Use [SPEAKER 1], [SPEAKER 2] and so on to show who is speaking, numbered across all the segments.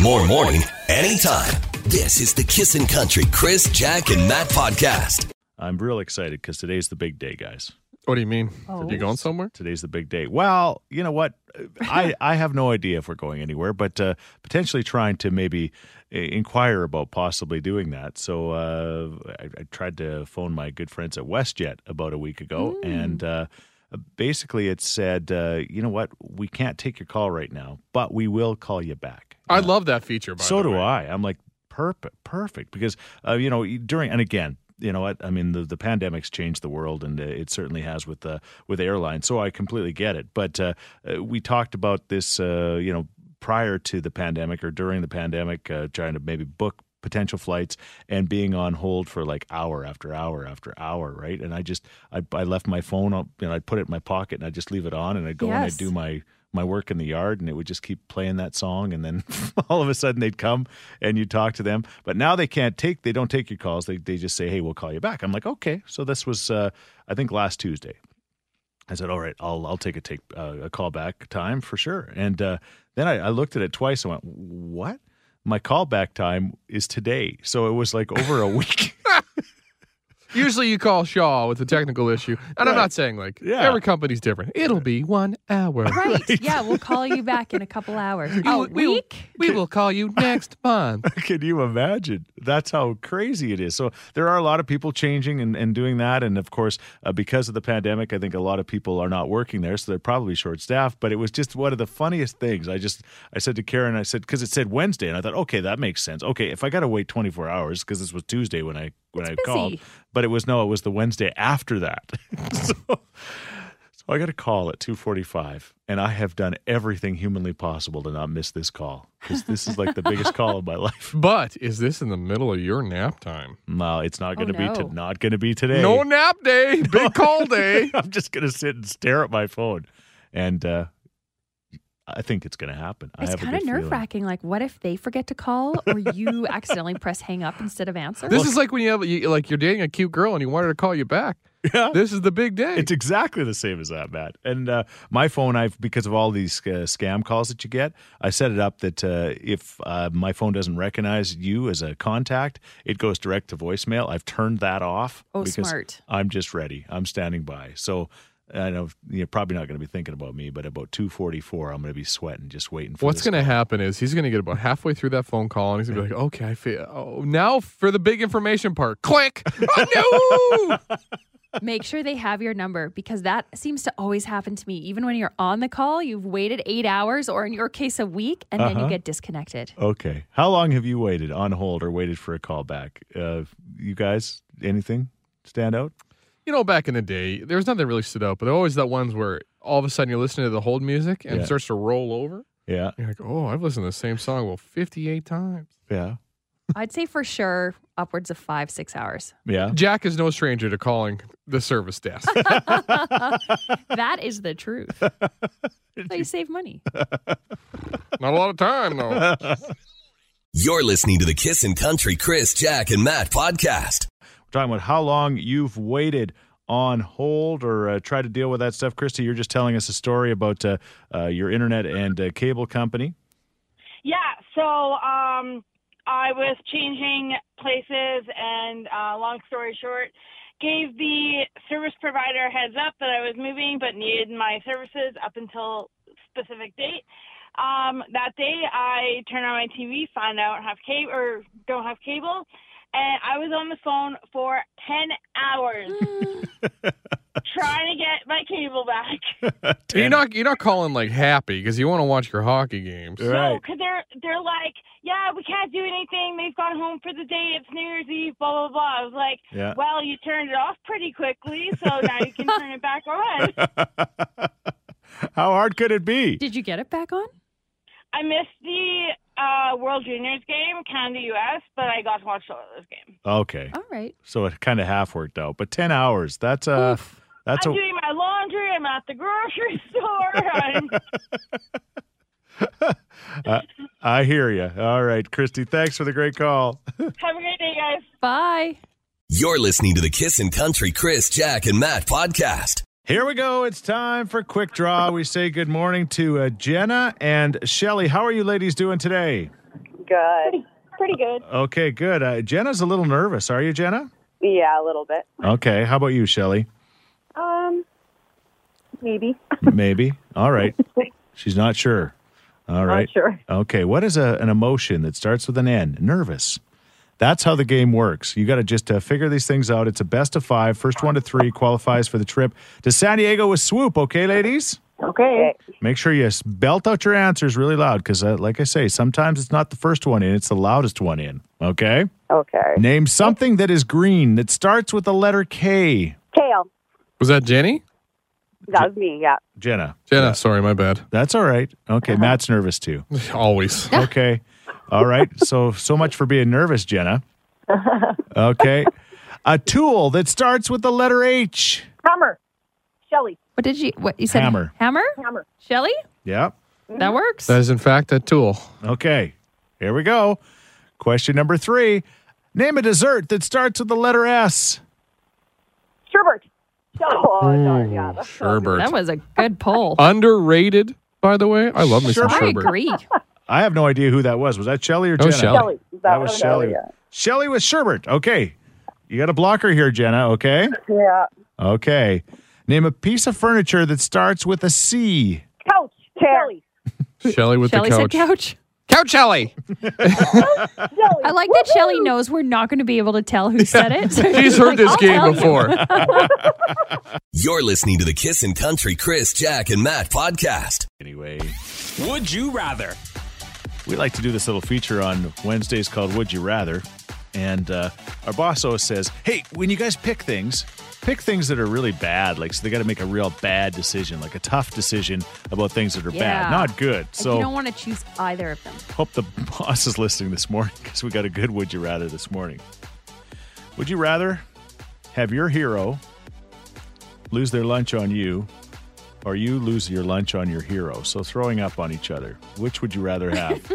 [SPEAKER 1] More morning, anytime. This is the Kissin' Country Chris, Jack, and Matt podcast.
[SPEAKER 2] I'm real excited because today's the big day, guys.
[SPEAKER 3] What do you mean?
[SPEAKER 4] Oh.
[SPEAKER 3] You going somewhere?
[SPEAKER 2] Today's the big day. Well, you know what? I, I have no idea if we're going anywhere, but uh, potentially trying to maybe uh, inquire about possibly doing that. So uh, I, I tried to phone my good friends at WestJet about a week ago, and uh, basically it said, uh, you know what? We can't take your call right now, but we will call you back.
[SPEAKER 3] I love that feature. By
[SPEAKER 2] so
[SPEAKER 3] the
[SPEAKER 2] do
[SPEAKER 3] way.
[SPEAKER 2] I. I'm like perfect, perfect because uh, you know during and again. You know what I mean? The the pandemic's changed the world, and uh, it certainly has with uh, with airlines. So I completely get it. But uh, uh, we talked about this, uh, you know, prior to the pandemic or during the pandemic, uh, trying to maybe book potential flights and being on hold for like hour after hour after hour, right? And I just I, I left my phone up, you know, I'd put it in my pocket and I'd just leave it on, and I'd go and
[SPEAKER 4] Yes.
[SPEAKER 2] I'd do my my work in the yard and it would just keep playing that song and then all of a sudden they'd come and you talk to them but now they can't take they don't take your calls they, they just say hey we'll call you back i'm like okay so this was uh, i think last tuesday I said, "All right, I'll I'll take a take uh, a callback time for sure." And uh, then I, I looked at it twice and went, "What? My callback time is today." So it was like over a week.
[SPEAKER 3] Usually you call Shaw with a technical issue, and I'm not saying like
[SPEAKER 2] Yeah.
[SPEAKER 3] every company's different. It'll be one hour.
[SPEAKER 4] Right. Yeah, we'll call you back in a couple hours.
[SPEAKER 3] You-
[SPEAKER 4] oh,
[SPEAKER 3] we will-
[SPEAKER 4] week?
[SPEAKER 3] We will call you next month.
[SPEAKER 2] Can you imagine? That's how crazy it is. So there are a lot of people changing and, and doing that, and of course, uh, because of the pandemic, I think a lot of people are not working there, so they're probably short staffed. But it was just one of the funniest things. I just I said to Karen, I said because it said Wednesday, and I thought, okay, that makes sense. Okay, if I got to wait 24 hours because this was Tuesday when I when I
[SPEAKER 4] busy.
[SPEAKER 2] called, but it was no, it was the Wednesday after that. so. So I got a call at 2:45 and I have done everything humanly possible to not miss this call cuz this is like the biggest call of my life.
[SPEAKER 3] But is this in the middle of your nap time?
[SPEAKER 2] No, it's not
[SPEAKER 4] Oh,
[SPEAKER 2] going to be
[SPEAKER 4] no.
[SPEAKER 2] to, not going to be today.
[SPEAKER 3] No nap day. Big call day.
[SPEAKER 2] I'm just going to sit and stare at my phone, and uh, I think it's going to happen. I
[SPEAKER 4] It's
[SPEAKER 2] have a
[SPEAKER 4] kind of
[SPEAKER 2] good
[SPEAKER 4] nerve
[SPEAKER 2] feeling.
[SPEAKER 4] wracking. Like, what if they forget to call or you accidentally press hang up instead of answer?
[SPEAKER 3] This is like when you have you, like you're dating a cute girl and you want her to call you back.
[SPEAKER 2] Yeah.
[SPEAKER 3] This is the big day.
[SPEAKER 2] It's exactly the same as that, Matt. And uh, my phone, I've because of all these uh, scam calls that you get, I set it up that uh, if uh, my phone doesn't recognize you as a contact, it goes direct to voicemail. I've turned that off.
[SPEAKER 4] Oh,
[SPEAKER 2] because
[SPEAKER 4] smart.
[SPEAKER 2] I'm just ready. I'm standing by. So. I know you're probably not going to be thinking about me, but about 2:44, I'm going to be sweating, just waiting for
[SPEAKER 3] What's
[SPEAKER 2] this
[SPEAKER 3] going to happen is he's going to get about halfway through that phone call and he's going to be like, okay, I feel. Oh, now for the big information part. Click. Oh, no.
[SPEAKER 4] Make sure they have your number because that seems to always happen to me. Even when you're on the call, you've waited eight hours or in your case, a week, and then
[SPEAKER 2] Uh-huh.
[SPEAKER 4] you get disconnected.
[SPEAKER 2] Okay. How long have you waited on hold or waited for a call back? Uh, you guys, anything stand out?
[SPEAKER 3] you know, back in the day, there was nothing really stood out, but there were always that ones where all of a sudden you're listening to the hold music and
[SPEAKER 2] Yeah.
[SPEAKER 3] it starts to roll over.
[SPEAKER 2] Yeah.
[SPEAKER 3] You're like, oh, I've listened to the same song, well, 58 times.
[SPEAKER 2] Yeah.
[SPEAKER 4] I'd say for sure upwards of five, six hours.
[SPEAKER 2] Yeah.
[SPEAKER 3] Jack is no stranger to calling the service desk.
[SPEAKER 4] That is the truth. They save money.
[SPEAKER 3] Not a lot of time, though.
[SPEAKER 1] You're listening to the Kissin' Country Chris, Jack, and Matt podcast.
[SPEAKER 2] We're talking about how long you've waited on hold or uh, try to deal with that stuff. Christy, you're just telling us a story about uh, uh, your internet and uh, cable company.
[SPEAKER 5] Yeah, so um, I was changing places, and uh, long story short, gave the service provider a heads up that I was moving but needed my services up until specific date. Um, that day, I turn on my TV, find out I don't have cable or don't have cable, and I was on the phone for ten hours trying to get my cable back.
[SPEAKER 3] You're not, you're not calling like happy because you want to watch your hockey games.
[SPEAKER 5] No, because they're they're like, yeah, we can't do anything. They've gone home for the day. It's New Year's Eve. Blah blah blah. I was like,
[SPEAKER 2] Yeah.
[SPEAKER 5] well, you turned it off pretty quickly, so now you can turn it back on.
[SPEAKER 2] How hard could it be?
[SPEAKER 4] Did you get it back on?
[SPEAKER 5] I missed the uh, World Juniors game, Canada U.S., but I got to watch the Oilers game.
[SPEAKER 2] Okay.
[SPEAKER 4] All right.
[SPEAKER 2] So it kind of half worked out, but 10 hours. That's uh, that's
[SPEAKER 5] I'm
[SPEAKER 2] a
[SPEAKER 5] doing my laundry. I'm at the grocery store. I'm,
[SPEAKER 2] I hear you. All right, Christy, thanks for the great call.
[SPEAKER 5] have a great day, guys.
[SPEAKER 4] Bye.
[SPEAKER 1] You're listening to the Kissin' Country Chris, Jack, and Matt podcast.
[SPEAKER 2] Here we go. It's time for Quick Draw. We say good morning to uh, Jenna and Shelly. How are you ladies doing today?
[SPEAKER 6] Good.
[SPEAKER 5] Pretty good.
[SPEAKER 2] Okay, good. Uh, Jenna's a little nervous. Are you, Jenna?
[SPEAKER 6] Yeah, a little bit.
[SPEAKER 2] Okay. How about you, Shelly?
[SPEAKER 6] Um, maybe.
[SPEAKER 2] Maybe. All right. She's not sure. All right.
[SPEAKER 6] sure.
[SPEAKER 2] Okay. What is a, an emotion that starts with an N? Nervous. That's how the game works. You got to just uh, figure these things out. It's a best of five. First one to three qualifies for the trip to San Diego with Swoop. Okay, ladies?
[SPEAKER 6] Okay.
[SPEAKER 2] Make sure you s- belt out your answers really loud because, uh, like I say, sometimes it's not the first one in, it's the loudest one in. Okay?
[SPEAKER 6] Okay.
[SPEAKER 2] Name something that is green that starts with the letter K.
[SPEAKER 6] Kale.
[SPEAKER 3] Was that Jenny?
[SPEAKER 6] That was me. Yeah.
[SPEAKER 2] Jenna.
[SPEAKER 3] Jenna, sorry, my bad.
[SPEAKER 2] That's all right. Okay, Matt's nervous too.
[SPEAKER 3] Always.
[SPEAKER 2] Okay. All right. So so much for being nervous, Jenna. Okay. A tool that starts with the letter H.
[SPEAKER 6] Hammer. Shelly.
[SPEAKER 4] What did you? What you said?
[SPEAKER 2] Hammer.
[SPEAKER 4] Hammer.
[SPEAKER 6] Hammer.
[SPEAKER 4] Shelly.
[SPEAKER 2] Yep.
[SPEAKER 4] That works.
[SPEAKER 3] That is, in fact, a tool.
[SPEAKER 2] Okay. Here we go. Question number 3. Name a dessert that starts with the letter S.
[SPEAKER 6] Sherbert. Shelly. Oh, darn, yeah.
[SPEAKER 3] Ooh,
[SPEAKER 6] That's
[SPEAKER 3] Sherbert.
[SPEAKER 4] that was a good poll.
[SPEAKER 3] Underrated, by the way. I love me some
[SPEAKER 2] Sherbert.
[SPEAKER 4] I
[SPEAKER 3] Sherbert.
[SPEAKER 4] agree.
[SPEAKER 2] I have no idea who that was. Was that Shelly or
[SPEAKER 4] Oh,
[SPEAKER 2] Jenna?
[SPEAKER 3] That was Shelley.
[SPEAKER 6] Shelly. That,
[SPEAKER 2] That was Shelly. Shelly with sherbet. Okay. You got a blocker here, Jenna, okay?
[SPEAKER 6] Yeah.
[SPEAKER 2] Okay. Name a piece of furniture that starts with a C.
[SPEAKER 6] Couch. Shelly.
[SPEAKER 3] Shelly with
[SPEAKER 4] Shelly
[SPEAKER 3] the
[SPEAKER 4] said
[SPEAKER 3] couch.
[SPEAKER 4] couch.
[SPEAKER 3] Couch Shelly.
[SPEAKER 6] Shelly.
[SPEAKER 4] I like that Shelly knows we're not going to be able to tell who said it. So
[SPEAKER 3] She's heard
[SPEAKER 4] like,
[SPEAKER 3] this
[SPEAKER 4] "I'll tell
[SPEAKER 3] game
[SPEAKER 4] you."
[SPEAKER 3] before.
[SPEAKER 1] You're listening to the Kissin' Country Chris, Jack, and Matt podcast.
[SPEAKER 2] Anyway,
[SPEAKER 7] Would you rather?
[SPEAKER 2] we like to do this little feature on Wednesdays called Would You Rather. And uh, our boss always says, hey, when you guys pick things, pick things that are really bad. Like, so they got to make a real bad decision, like a tough decision about things that are
[SPEAKER 4] Yeah.
[SPEAKER 2] bad, not good.
[SPEAKER 4] Like,
[SPEAKER 2] So
[SPEAKER 4] you don't want to choose either of them.
[SPEAKER 2] Hope the boss is listening this morning because we got a good would you rather this morning. Would you rather have your hero lose their lunch on you or you lose your lunch on your hero? So throwing up on each other. Which would you rather have?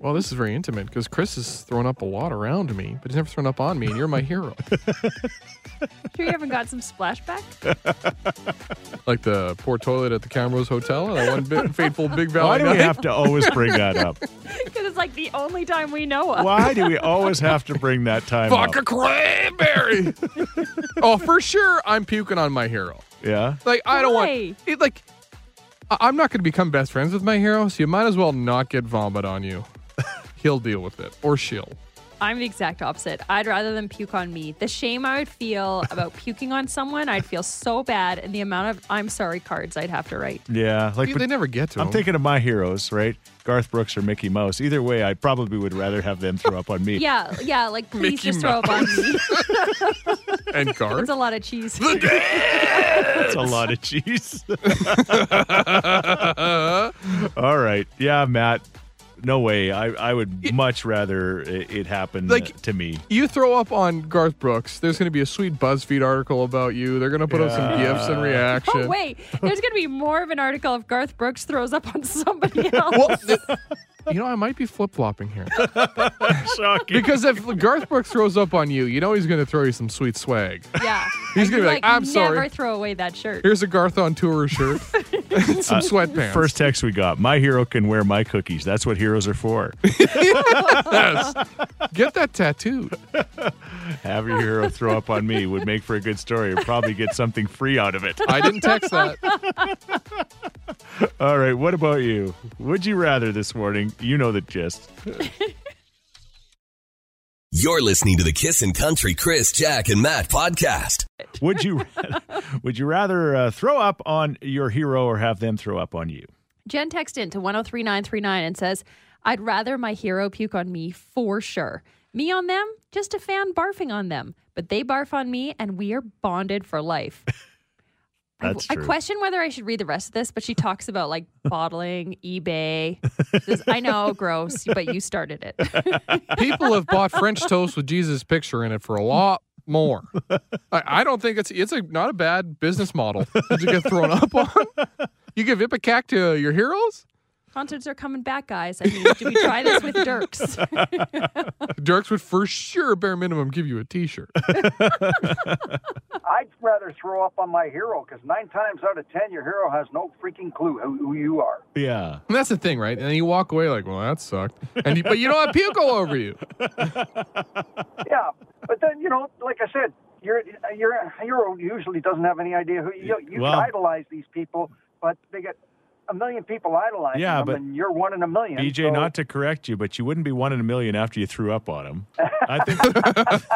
[SPEAKER 3] Well, this is very intimate because Chris has thrown up a lot around me, but he's never thrown up on me, and you're my hero.
[SPEAKER 4] Sure, you haven't got some splashback?
[SPEAKER 3] like the poor toilet at the Camrose Hotel and that one bit fateful Big Valley
[SPEAKER 2] Why do we
[SPEAKER 3] night.
[SPEAKER 2] have to always bring that up?
[SPEAKER 4] Because it's like the only time we know of.
[SPEAKER 2] Why do we always have to bring that time up?
[SPEAKER 3] Vodka cranberry. oh, for sure, I'm puking on my hero.
[SPEAKER 2] Yeah.
[SPEAKER 3] Like I don't
[SPEAKER 4] Why?
[SPEAKER 3] want it. Like I- I'm not going to become best friends with my hero, so you might as well not get vomit on you. He'll deal with it, or she'll.
[SPEAKER 4] I'm the exact opposite. I'd rather them puke on me. The shame I would feel about puking on someone, I'd feel so bad, and the amount of I'm sorry cards I'd have to write.
[SPEAKER 2] Yeah. Like,
[SPEAKER 3] They-
[SPEAKER 2] but
[SPEAKER 3] they never get to.
[SPEAKER 2] I'm
[SPEAKER 3] him.
[SPEAKER 2] thinking of my heroes, right? Garth Brooks or Mickey Mouse. Either way, I probably would rather have them throw up on me.
[SPEAKER 4] Yeah, yeah, like please
[SPEAKER 3] Mickey
[SPEAKER 4] just throw up on me.
[SPEAKER 3] and guard.
[SPEAKER 4] It's a lot of cheese.
[SPEAKER 2] That's a lot of cheese. All right. Yeah, Matt. No way. I, I would much rather i- it happen
[SPEAKER 3] Like-
[SPEAKER 2] uh, to me.
[SPEAKER 3] you throw up on Garth Brooks. There's going to be a sweet BuzzFeed article about you. They're going to put up some gifs and reaction.
[SPEAKER 4] Oh wait, there's gonna be more of an article if Garth Brooks throws up on somebody else.
[SPEAKER 3] Well, th- you know, I might be flip flopping here
[SPEAKER 2] Shocking.
[SPEAKER 3] because if Garth Brooks throws up on you, you know he's going to throw you some sweet swag.
[SPEAKER 4] yeah,
[SPEAKER 3] He's
[SPEAKER 4] I'd
[SPEAKER 3] gonna be like, "I'm
[SPEAKER 4] never
[SPEAKER 3] sorry."
[SPEAKER 4] throw away that shirt.
[SPEAKER 3] Here's a Garth on tour shirt, and some
[SPEAKER 4] Uh,
[SPEAKER 3] sweatpants.
[SPEAKER 2] First text we got My hero can wear my cookies. That's what heroes are for.
[SPEAKER 3] yes. get that tattooed.
[SPEAKER 2] Have your hero throw up on me would make for a good story. You'd probably get something free out of it.
[SPEAKER 3] I didn't text that.
[SPEAKER 2] All right. What about you? Would you rather this morning? You know the gist.
[SPEAKER 1] You're listening to the Kissin' Country Chris, Jack, and Matt podcast.
[SPEAKER 2] Would you rather, would you rather uh, throw up on your hero or have them throw up on you?
[SPEAKER 4] Jen texted in to 103939 and says, I'd rather my hero puke on me for sure. Me on them, just a fan barfing on them. But they barf on me and we are bonded for life. I-
[SPEAKER 2] That's
[SPEAKER 4] I,
[SPEAKER 2] true.
[SPEAKER 4] question whether I should read the rest of this, but she talks about like bottling, eBay. She says, I know, gross, but you started it.
[SPEAKER 3] People have bought French toast with Jesus' picture in it for a lot more. I, I don't think it's it's a, not a bad business model. Did you get thrown up on? You give ipecac to your heroes?
[SPEAKER 4] Concerts are coming back, guys. I mean, do we try this with Dirks?
[SPEAKER 3] Dirks would for sure, bare minimum, give you a T-shirt.
[SPEAKER 8] I'd rather throw up on my hero because nine times out of ten, your hero has no freaking clue who, who you are.
[SPEAKER 2] Yeah.
[SPEAKER 3] And that's the thing, right? And then you walk away like, well, that sucked. And you, but you don't have puke all over you.
[SPEAKER 8] Yeah, but then you know, like I said, your your hero usually doesn't have any idea who you. You
[SPEAKER 2] Well-
[SPEAKER 8] can idolize these people, but they get a million people idolizing
[SPEAKER 2] Yeah,
[SPEAKER 8] them,
[SPEAKER 2] but
[SPEAKER 8] and you're one in a million.
[SPEAKER 2] BJ,
[SPEAKER 8] so-
[SPEAKER 2] not to correct you, but you wouldn't be one in a million after you threw up on him. I think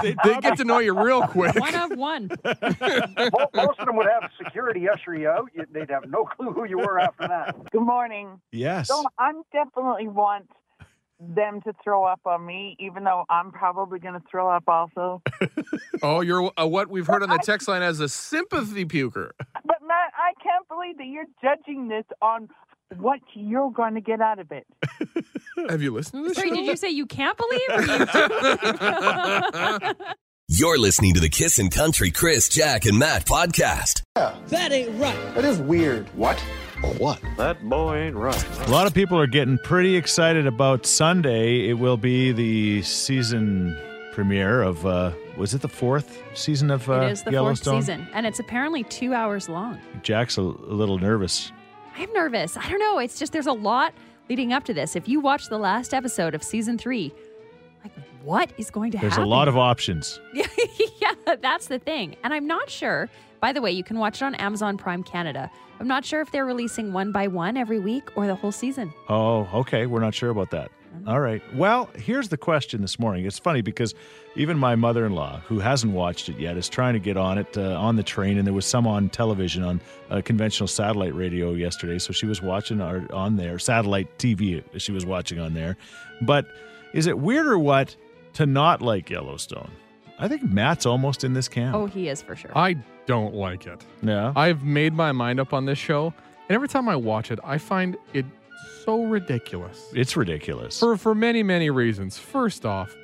[SPEAKER 2] they
[SPEAKER 3] They get to know you real quick.
[SPEAKER 4] one of one.
[SPEAKER 8] Mo- most of them would have security usher you out. You- They'd have no clue who you were after that.
[SPEAKER 5] Good morning.
[SPEAKER 2] Yes.
[SPEAKER 5] So I'm definitely want them to throw up on me, even though I'm probably going to throw up also.
[SPEAKER 3] Oh, you're uh, what we've heard on the text line as a sympathy puker.
[SPEAKER 5] But Matt, I can't believe that you're judging this on what you're going to get out of it.
[SPEAKER 3] Have you listened to this?
[SPEAKER 4] Sorry,
[SPEAKER 3] show?
[SPEAKER 4] Mm, did you say you can't believe? Or you
[SPEAKER 1] You're listening to the Kissin' Country Chris, Jack, and Matt podcast.
[SPEAKER 2] A lot of people are getting pretty excited about Sunday. It will be the season premiere of, uh, was it the fourth season of uh,
[SPEAKER 4] it is the fourth
[SPEAKER 2] Yellowstone?
[SPEAKER 4] season, and it's apparently two hours long.
[SPEAKER 2] Jack's a, a little nervous.
[SPEAKER 4] I'm nervous. I don't know. It's just there's a lot leading up to this. If you watch the last episode of season three, like what is going to
[SPEAKER 2] There's
[SPEAKER 4] happen?
[SPEAKER 2] a lot of options.
[SPEAKER 4] yeah, yeah, that's the thing. And I'm not sure. By the way, you can watch it on Amazon Prime Canada. I'm not sure if they're releasing one by one every week or the whole season.
[SPEAKER 2] Oh, okay. We're not sure about that. All right. Well, here's the question this morning. It's funny because even my mother in law, who hasn't watched it yet, is trying to get on it uh, on the train. And there was some on television on uh, conventional satellite radio yesterday. So she was watching our, on there, satellite TV, she was watching on there. But is it weird or what to not like Yellowstone? I think Matt's almost in this camp.
[SPEAKER 4] Oh, he is for sure.
[SPEAKER 3] I don't like it.
[SPEAKER 2] yeah.
[SPEAKER 3] I've made my mind up on this show, and every time I watch it, I find it so ridiculous.
[SPEAKER 2] It's ridiculous.
[SPEAKER 3] For for many many reasons. First off,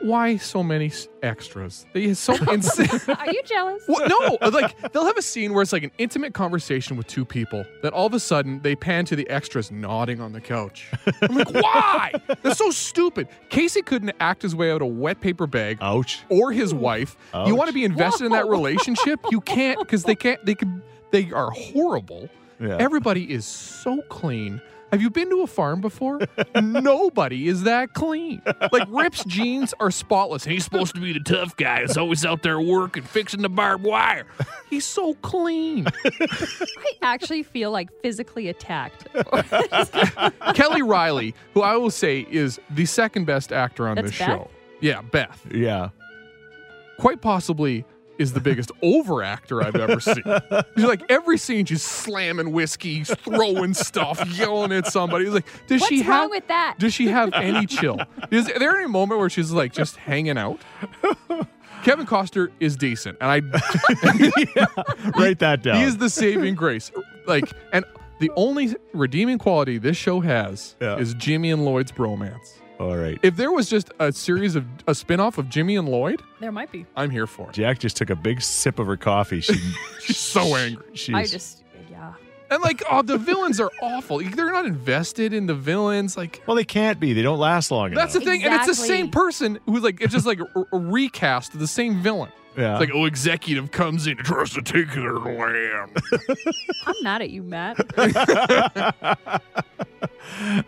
[SPEAKER 3] why so many s- extras? They so insane.
[SPEAKER 4] Are you jealous?
[SPEAKER 3] What? No, Uh, like they'll have a scene where it's like an intimate conversation with two people. Then all of a sudden they pan to the extras nodding on the couch. I'm like, why? That's so stupid. Casey couldn't act his way out of a wet paper bag
[SPEAKER 2] Ouch.
[SPEAKER 3] or his wife. You want
[SPEAKER 2] Hmm. Ouch.
[SPEAKER 3] to be invested in that
[SPEAKER 4] Whoa.
[SPEAKER 3] relationship? You can't because they can't. They can. They are horrible.
[SPEAKER 2] Yeah.
[SPEAKER 3] Everybody is so clean. Have you been to a farm before? Nobody is that clean. Like Rip's jeans are spotless, and he's supposed to be the tough guy that's always out there working, fixing the barbed wire. He's so clean.
[SPEAKER 4] I actually feel like physically attacked.
[SPEAKER 3] Kelly Riley, who I will say is the second best actor on
[SPEAKER 4] That's
[SPEAKER 3] this
[SPEAKER 4] Beth?
[SPEAKER 3] show. Yeah, Beth.
[SPEAKER 2] Yeah.
[SPEAKER 3] quite possibly is the biggest overactor I've ever seen. She's like every scene, she's slamming whiskey, throwing stuff, yelling at somebody. It's like, does she
[SPEAKER 4] What's
[SPEAKER 3] have?
[SPEAKER 4] wrong with that?
[SPEAKER 3] Does she have any chill? Is there any moment where she's like just hanging out? Kevin Costner is decent, and I
[SPEAKER 2] Write that down.
[SPEAKER 3] he is the saving grace. Like, and the only redeeming quality this show has
[SPEAKER 2] Yeah.
[SPEAKER 3] is Jimmy and Lloyd's bromance.
[SPEAKER 2] All right.
[SPEAKER 3] If there was just a series of a spin-off of Jimmy and Lloyd,
[SPEAKER 4] There might be.
[SPEAKER 3] I'm here for it.
[SPEAKER 2] Jack just took a big sip of her coffee. She,
[SPEAKER 3] She's so angry.
[SPEAKER 2] she's,
[SPEAKER 4] I just, yeah.
[SPEAKER 3] And like, oh, the villains are awful. They're not invested in the villains. Like,
[SPEAKER 2] Well, they can't be. They don't last long
[SPEAKER 3] that's the
[SPEAKER 2] enough.
[SPEAKER 3] thing. And it's the
[SPEAKER 4] Exactly.
[SPEAKER 3] same person who's like, it's just like a, a recast of the same villain.
[SPEAKER 2] yeah.
[SPEAKER 3] It's like, oh, executive comes in and tries to take their land.
[SPEAKER 4] I'm mad at you, Matt.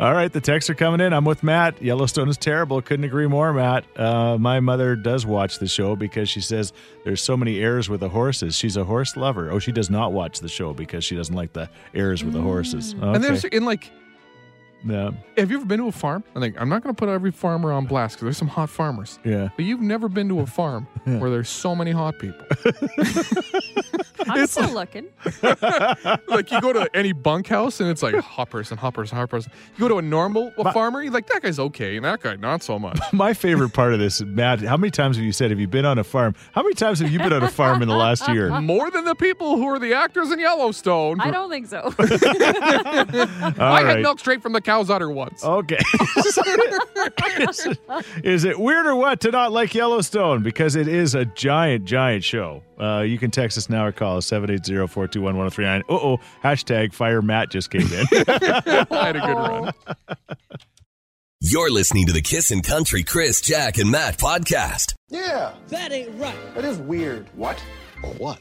[SPEAKER 2] All right, the texts are coming in. I'm with Matt. Yellowstone is terrible. Couldn't agree more, Matt. Uh, my mother does watch the show because she says there's so many errors with the horses. She's a horse lover. Oh, she does not watch the show because she doesn't like the errors with the horses. Okay.
[SPEAKER 3] Mm. And there's, and like,
[SPEAKER 2] yeah,
[SPEAKER 3] have you ever been to a farm? I think I'm not going to put every farmer on blast because there's some hot farmers.
[SPEAKER 2] yeah.
[SPEAKER 3] But you've never been to a farm where there's so many hot people.
[SPEAKER 4] I'm still looking.
[SPEAKER 3] like you go to any bunkhouse and it's like hot person, hot person, hot person. You go to a normal farmer, you're like that guy's okay, and that guy not so much.
[SPEAKER 2] My favorite part of this, Matt, how many times have you said, have you been on a farm? How many times have you been on a farm in the last year?
[SPEAKER 3] More than the people who are the actors in Yellowstone.
[SPEAKER 4] Uh, I don't think so.
[SPEAKER 2] All
[SPEAKER 3] I
[SPEAKER 2] right.
[SPEAKER 3] had milk straight from the cow's udder once.
[SPEAKER 2] Okay. is, it- is it weird or what to not like Yellowstone? Because it is a giant, giant show. Uh, you can text us now or call us 780 421 1039. Uh oh, hashtag fire Matt just came in.
[SPEAKER 3] I had a good run.
[SPEAKER 1] You're listening to the Kissin' Country Chris, Jack, and Matt podcast.
[SPEAKER 9] Yeah. That ain't right. That is weird. What? What?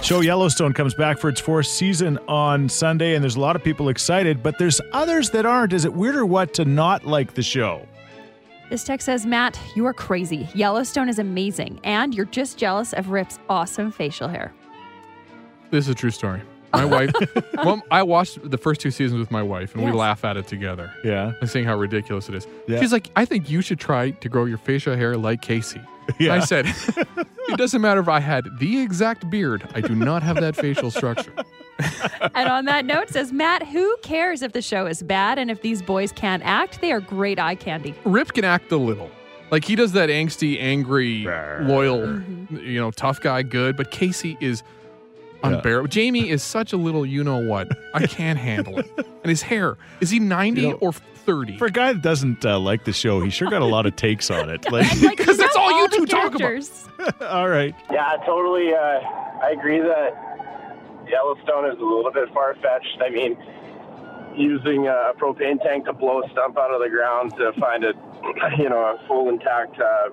[SPEAKER 2] Show Yellowstone comes back for its fourth season on Sunday, and there's a lot of people excited, but there's others that aren't. Is it weird or what to not like the show?
[SPEAKER 4] This text says, Matt, you are crazy. Yellowstone is amazing, and you're just jealous of Rip's awesome facial hair.
[SPEAKER 3] This is a true story. My wife, well, I watched the first two seasons with my wife, and
[SPEAKER 4] Yes.
[SPEAKER 3] we laugh at it together.
[SPEAKER 2] Yeah.
[SPEAKER 3] and seeing how ridiculous it is.
[SPEAKER 2] Yeah.
[SPEAKER 3] She's like, I think you should try to grow your facial hair like Casey. I said, it doesn't matter if I had the exact beard, I do not have that facial structure.
[SPEAKER 4] and on that note, says, Matt, who cares if the show is bad and if these boys can't act? They are great eye candy.
[SPEAKER 3] Rip can act a little. Like he does that angsty, angry, loyal, you know, tough guy good, but Casey is unbearable. Jamie is such a little you know what. I can't handle it. And his hair, is he 90
[SPEAKER 2] You know,
[SPEAKER 3] or 30?
[SPEAKER 2] For a guy that doesn't uh, like the show, he sure got a lot of takes on it. Like,
[SPEAKER 4] And, like,
[SPEAKER 3] 'Cause that's
[SPEAKER 4] know
[SPEAKER 3] all you
[SPEAKER 4] the
[SPEAKER 3] two talk about.
[SPEAKER 4] characters.
[SPEAKER 2] all right.
[SPEAKER 10] Yeah, totally. Uh, I agree that Yellowstone is a little bit far fetched. I mean, using a propane tank to blow a stump out of the ground to find a, you know, a full intact uh,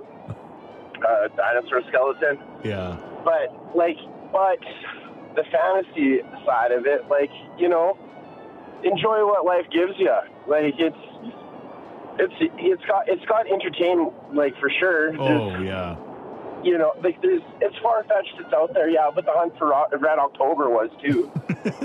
[SPEAKER 10] uh, dinosaur skeleton.
[SPEAKER 2] Yeah.
[SPEAKER 10] But like, but the fantasy side of it, like, you know, enjoy what life gives you. Like it's. It's it's got it's got entertainment like for sure. There's-
[SPEAKER 2] Oh, yeah.
[SPEAKER 10] you know, like there's it's far fetched. It's out there, yeah. But the hunt for Ro- Red October was too,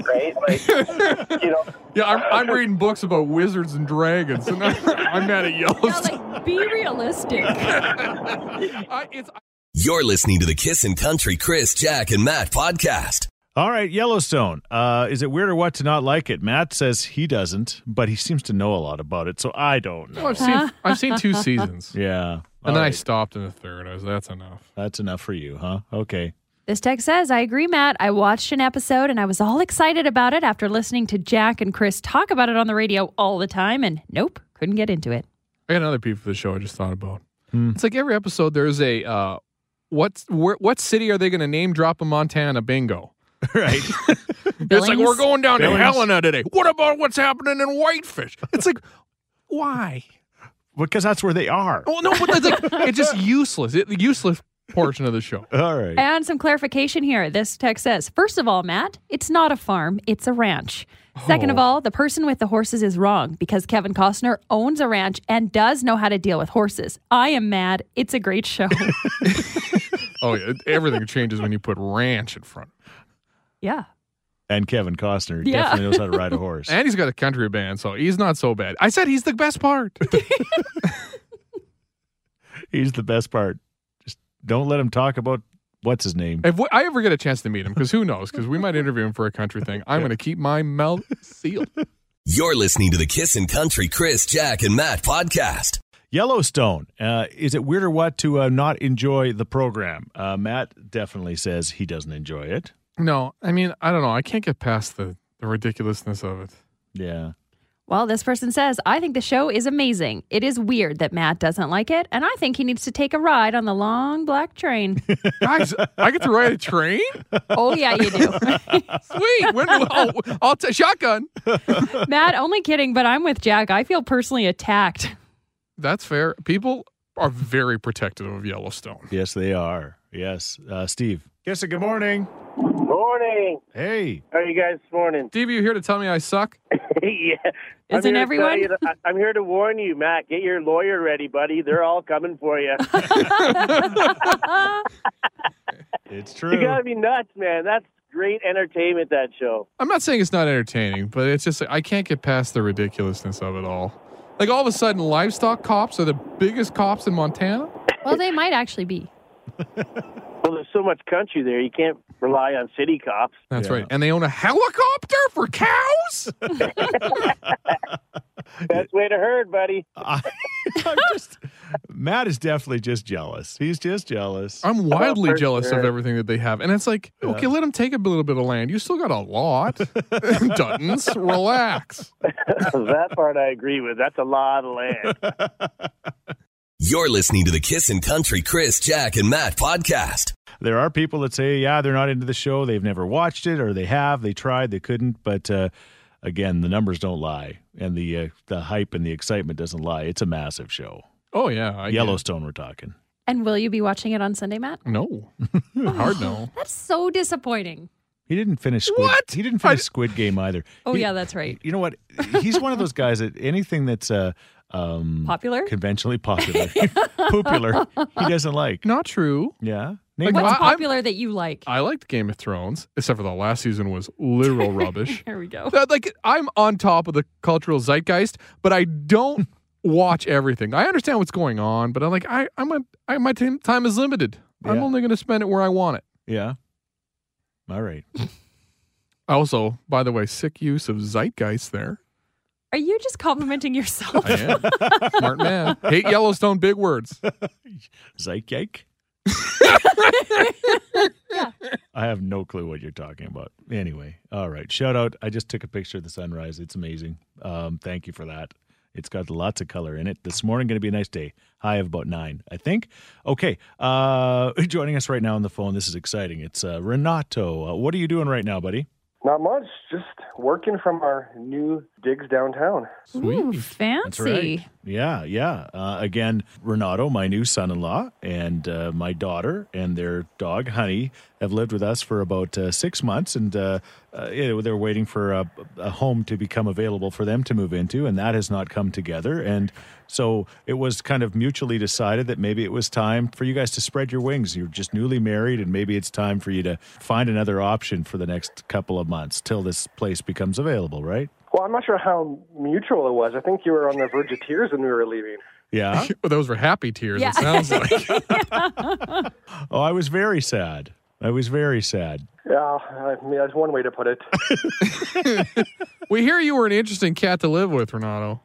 [SPEAKER 10] right? Like, you know,
[SPEAKER 3] yeah, I'm, I'm reading books about wizards and dragons, and I'm mad at
[SPEAKER 4] Yeah,
[SPEAKER 3] Yellowstone.
[SPEAKER 4] like, be realistic.
[SPEAKER 3] I, it's
[SPEAKER 1] You're listening to the Kissin' Country Chris, Jack, and Matt podcast.
[SPEAKER 2] All right, Yellowstone. Uh, is it weird or what to not like it? Matt says he doesn't, but he seems to know a lot about it, so I don't know.
[SPEAKER 3] Well, I've seen I've seen two seasons,
[SPEAKER 2] Yeah.
[SPEAKER 3] and
[SPEAKER 2] All
[SPEAKER 3] then I
[SPEAKER 2] right.
[SPEAKER 3] stopped in the third. I was that's enough.
[SPEAKER 2] That's enough for you, huh? Okay.
[SPEAKER 4] This text says, I agree, Matt. I watched an episode and I was all excited about it after listening to Jack and Chris talk about it on the radio all the time, and nope, couldn't get into it.
[SPEAKER 3] I got another piece for the show. I just thought about. It's like every episode there's a uh, what's where, what city are they going to name drop in Montana bingo?
[SPEAKER 2] right.
[SPEAKER 3] It's like we're
[SPEAKER 4] Billings?
[SPEAKER 3] going down
[SPEAKER 2] Billings.
[SPEAKER 3] to Helena today. What about what's happening in Whitefish? It's like why?
[SPEAKER 2] Because that's where they are.
[SPEAKER 3] Well, no, but it's like it's just useless. It, the useless portion of the show.
[SPEAKER 2] All right.
[SPEAKER 4] And some clarification here. This text says, first of all, Matt, it's not a farm, it's a ranch. Second of all, the person with the horses is wrong because Kevin Costner owns a ranch and does know how to deal with horses. I am mad. It's a great show.
[SPEAKER 3] Oh yeah, everything changes when you put ranch in front.
[SPEAKER 4] yeah.
[SPEAKER 2] And Kevin Costner
[SPEAKER 4] Yeah.
[SPEAKER 2] definitely knows how to ride a horse.
[SPEAKER 3] And he's got a country band, so he's not so bad. I said he's the best part.
[SPEAKER 2] He's the best part. Just don't let him talk about what's his name.
[SPEAKER 3] If I ever get a chance to meet him, because who knows? Because we might interview him for a country thing. I'm going to keep my mouth sealed.
[SPEAKER 1] You're listening to the Kissin' Country Chris, Jack, and Matt podcast.
[SPEAKER 2] Yellowstone. Uh, is it weird or what to uh, not enjoy the program? Uh, Matt definitely says he doesn't enjoy it.
[SPEAKER 3] No, I mean, I don't know. I can't get past the, the ridiculousness of it.
[SPEAKER 2] Yeah.
[SPEAKER 4] Well, this person says, I think the show is amazing. It is weird that Matt doesn't like it, and I think he needs to take a ride on the long black train.
[SPEAKER 3] Guys, I get to ride a train?
[SPEAKER 4] oh, yeah, you do.
[SPEAKER 3] Sweet. When, oh, I'll t- shotgun.
[SPEAKER 4] Matt, only kidding, but I'm with Jack. I feel personally attacked.
[SPEAKER 3] That's fair. People are very protective of Yellowstone.
[SPEAKER 2] Yes, they are. Yes. Uh, Steve. Yes, good morning.
[SPEAKER 10] morning.
[SPEAKER 2] Hey.
[SPEAKER 10] How are you guys this morning?
[SPEAKER 3] Steve, you here to tell me I suck?
[SPEAKER 10] yeah.
[SPEAKER 4] Isn't
[SPEAKER 10] here to
[SPEAKER 4] everyone?
[SPEAKER 10] tell you that- I- I'm here to warn you, Matt. Get your lawyer ready, buddy. They're all coming for you.
[SPEAKER 4] uh,
[SPEAKER 2] It's true.
[SPEAKER 10] you gotta be nuts, man. That's great entertainment. That show.
[SPEAKER 3] I'm not saying it's not entertaining, but it's just I can't get past the ridiculousness of it all. Like all of a sudden, livestock cops are the biggest cops in Montana.
[SPEAKER 4] well, they might actually be.
[SPEAKER 10] Well, there's so much country there. You can't rely on city cops.
[SPEAKER 3] That's
[SPEAKER 2] Yeah.
[SPEAKER 3] right. And they own a helicopter for cows?
[SPEAKER 10] Best way to herd, buddy.
[SPEAKER 2] I, am just, Matt is definitely just jealous. He's just jealous.
[SPEAKER 3] I'm wildly
[SPEAKER 10] for
[SPEAKER 3] jealous of
[SPEAKER 10] sure.
[SPEAKER 3] everything that they have. And it's like, okay, let them take a little bit of land. You still got a lot. Duttons, relax.
[SPEAKER 10] that part I agree with. That's a lot of land.
[SPEAKER 1] You're listening to the Kissin' Country Chris, Jack, and Matt podcast.
[SPEAKER 2] there are people that say, yeah, they're not into the show. They've never watched it, or they have, they tried, they couldn't. But uh, again, the numbers don't lie, and the uh, the hype and the excitement doesn't lie. It's a massive show.
[SPEAKER 3] Oh yeah, I get it.
[SPEAKER 2] Yellowstone, we're talking.
[SPEAKER 4] And will you be watching it on Sunday, Matt?
[SPEAKER 3] No, hard no.
[SPEAKER 4] That's so disappointing.
[SPEAKER 2] He didn't finish. Squid,
[SPEAKER 3] What?
[SPEAKER 2] He didn't finish Squid Game either.
[SPEAKER 4] Oh,
[SPEAKER 2] He-
[SPEAKER 4] yeah, that's right.
[SPEAKER 2] You know what? He's one of those guys that anything that's uh, um,
[SPEAKER 4] Popular?
[SPEAKER 2] conventionally popular, popular, he doesn't like.
[SPEAKER 3] Not true.
[SPEAKER 2] Yeah.
[SPEAKER 3] Like,
[SPEAKER 2] Name
[SPEAKER 4] What's
[SPEAKER 3] I- I'm-
[SPEAKER 4] popular that you like?
[SPEAKER 3] I liked Game of Thrones, except for the last season was literal rubbish.
[SPEAKER 4] Here we go.
[SPEAKER 3] That, like I'm on top of the cultural zeitgeist, but I don't watch everything. I understand what's going on, but I'm like I I'm a, I my t- time is limited. I'm
[SPEAKER 2] Yeah.
[SPEAKER 3] only going to spend it where I want it.
[SPEAKER 2] yeah. All right.
[SPEAKER 3] Also, by the way, sick use of zeitgeist there.
[SPEAKER 4] Are you just complimenting yourself?
[SPEAKER 3] I am smart man. Hate Yellowstone big words.
[SPEAKER 2] Zeitgeist. I have no clue what you're talking about. Anyway, all right. Shout out. I just took a picture of the sunrise. It's amazing. Um, thank you for that. It's got lots of color in it. This morning going to be a nice day. High of about nine, I think. Okay. Uh, joining us right now on the phone. This is exciting. It's uh, Renato. Uh, what are you doing right now, buddy?
[SPEAKER 10] Not much, just working from our new digs downtown.
[SPEAKER 4] Ooh, fancy.
[SPEAKER 2] Yeah, yeah. Uh, again, Renato, my new son in law, and uh, my daughter and their dog, Honey, have lived with us for about uh, six months. And uh, uh, yeah, they're waiting for a, a home to become available for them to move into. And that has not come together. And so it was kind of mutually decided that maybe it was time for you guys to spread your wings. You're just newly married, and maybe it's time for you to find another option for the next couple of months till this place becomes available, right?
[SPEAKER 10] Well, I'm not sure how mutual it was. I think you were on the verge of tears when we were leaving.
[SPEAKER 2] Yeah.
[SPEAKER 3] Well, those were happy tears.
[SPEAKER 4] Yeah.
[SPEAKER 3] It sounds like.
[SPEAKER 2] Oh, I was very sad. I was very sad.
[SPEAKER 10] Yeah, I mean, that's one way to put it.
[SPEAKER 3] We hear you were an interesting cat to live with, Renato.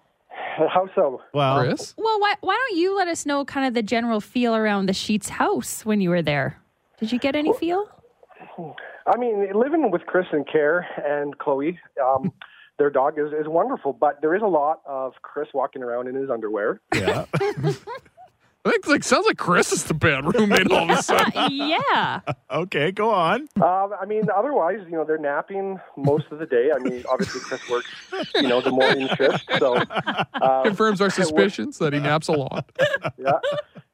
[SPEAKER 10] how so?
[SPEAKER 2] Well,
[SPEAKER 3] Chris,
[SPEAKER 4] Well, why, why don't you let us know kind of the general feel around the Sheets house when you were there? Did you get any feel?
[SPEAKER 10] I mean, living with Chris and Care and Chloe, um, their dog is, is wonderful, but there is a lot of Chris walking around in his underwear.
[SPEAKER 2] yeah.
[SPEAKER 3] I think like sounds like Chris is the bad roommate all of a sudden.
[SPEAKER 4] Uh, yeah.
[SPEAKER 2] okay, go on.
[SPEAKER 10] Um, I mean, otherwise, you know, they're napping most of the day. I mean, obviously, Chris works, you know, the morning shift. So, uh,
[SPEAKER 3] Confirms our suspicions that he naps a lot.
[SPEAKER 10] yeah,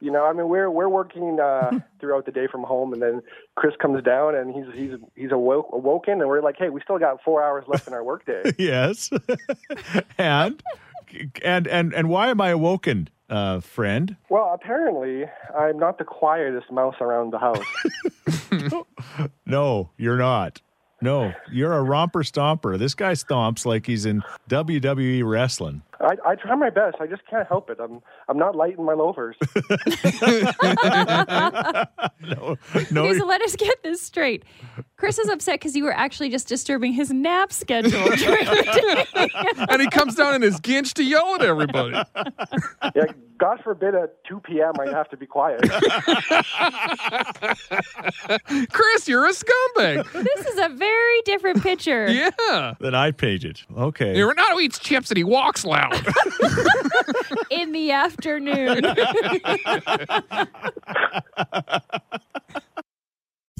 [SPEAKER 10] you know, I mean, we're we're working uh, throughout the day from home, and then Chris comes down and he's he's he's awoke, awoken, and we're like, hey, we still got four hours left in our workday.
[SPEAKER 2] Yes. and and and and why am I awoken, uh, friend?
[SPEAKER 10] Well, apparently, I'm not the quietest mouse around the house.
[SPEAKER 2] No, you're not. No, you're a romper stomper. This guy stomps like he's in WWE wrestling.
[SPEAKER 10] I, I try my best. I just can't help it. I'm I'm not lighting my loafers.
[SPEAKER 2] No, no,
[SPEAKER 4] Okay, so let us get this straight. Chris is upset because you were actually just disturbing his nap schedule. during the day.
[SPEAKER 3] And he comes down in his ginch to yell at everybody.
[SPEAKER 10] Yeah, God forbid at 2 p.m. I have to be quiet.
[SPEAKER 3] Chris, you're a scumbag.
[SPEAKER 4] this is a very different picture.
[SPEAKER 3] Yeah.
[SPEAKER 2] then I paid it. Okay.
[SPEAKER 3] Hey, Renato eats chips and he walks loud.
[SPEAKER 4] in the afternoon.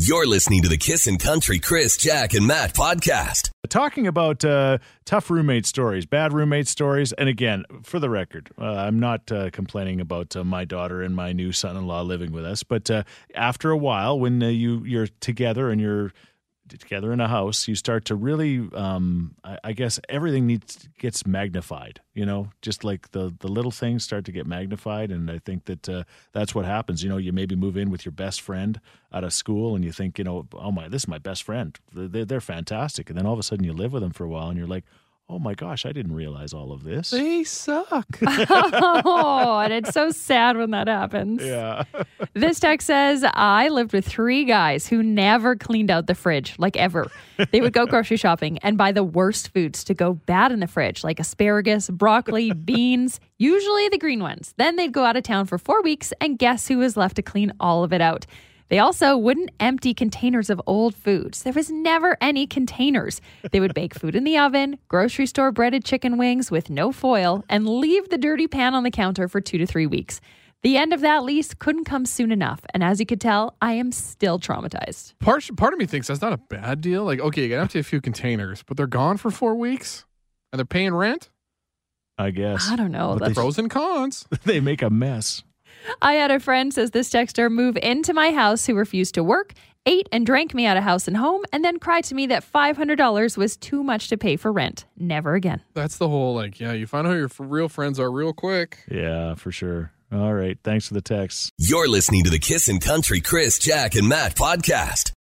[SPEAKER 1] You're listening to the Kissin' Country Chris, Jack, and Matt podcast.
[SPEAKER 2] talking about uh, tough roommate stories, bad roommate stories, and again, for the record, uh, I'm not uh, complaining about uh, my daughter and my new son-in-law living with us. But uh, after a while, when uh, you you're together and you're together in a house, you start to really, um, I, I guess, everything needs gets magnified. You know, just like the the little things start to get magnified, and I think that uh, that's what happens. You know, you maybe move in with your best friend out of school, and you think, you know, oh my, this is my best friend. They're, they're fantastic, and then all of a sudden you live with them for a while, and you're like, oh my gosh, I didn't realize all of this.
[SPEAKER 3] they suck.
[SPEAKER 4] oh, and it's so sad when that happens.
[SPEAKER 2] Yeah.
[SPEAKER 4] This text says, I lived with three guys who never cleaned out the fridge, like ever. They would go grocery shopping and buy the worst foods to go bad in the fridge, like asparagus, broccoli, beans, usually the green ones. Then they'd go out of town for four weeks, and guess who was left to clean all of it out? They also wouldn't empty containers of old foods. There was never any containers. They would bake food in the oven, grocery store breaded chicken wings with no foil, and leave the dirty pan on the counter for two to three weeks. The end of that lease couldn't come soon enough, and as you could tell, I am still traumatized.
[SPEAKER 3] Part, part of me thinks that's not a bad deal. Like, okay, you got empty a few containers, but they're gone for four weeks and they're paying rent.
[SPEAKER 2] I guess.
[SPEAKER 4] I don't know.
[SPEAKER 2] But
[SPEAKER 4] That's-
[SPEAKER 2] they,
[SPEAKER 3] Pros and cons.
[SPEAKER 2] they make a mess.
[SPEAKER 4] I had a friend, says this texter, move into my house who refused to work, ate and drank me out of house and home, and then cried to me that $500 was too much to pay for rent. Never again.
[SPEAKER 3] That's the whole like, yeah, you find out who your f- real friends are real quick.
[SPEAKER 2] Yeah, for sure. All right. Thanks for the text.
[SPEAKER 1] You're listening to the Kissin' Country Chris, Jack, and Matt podcast.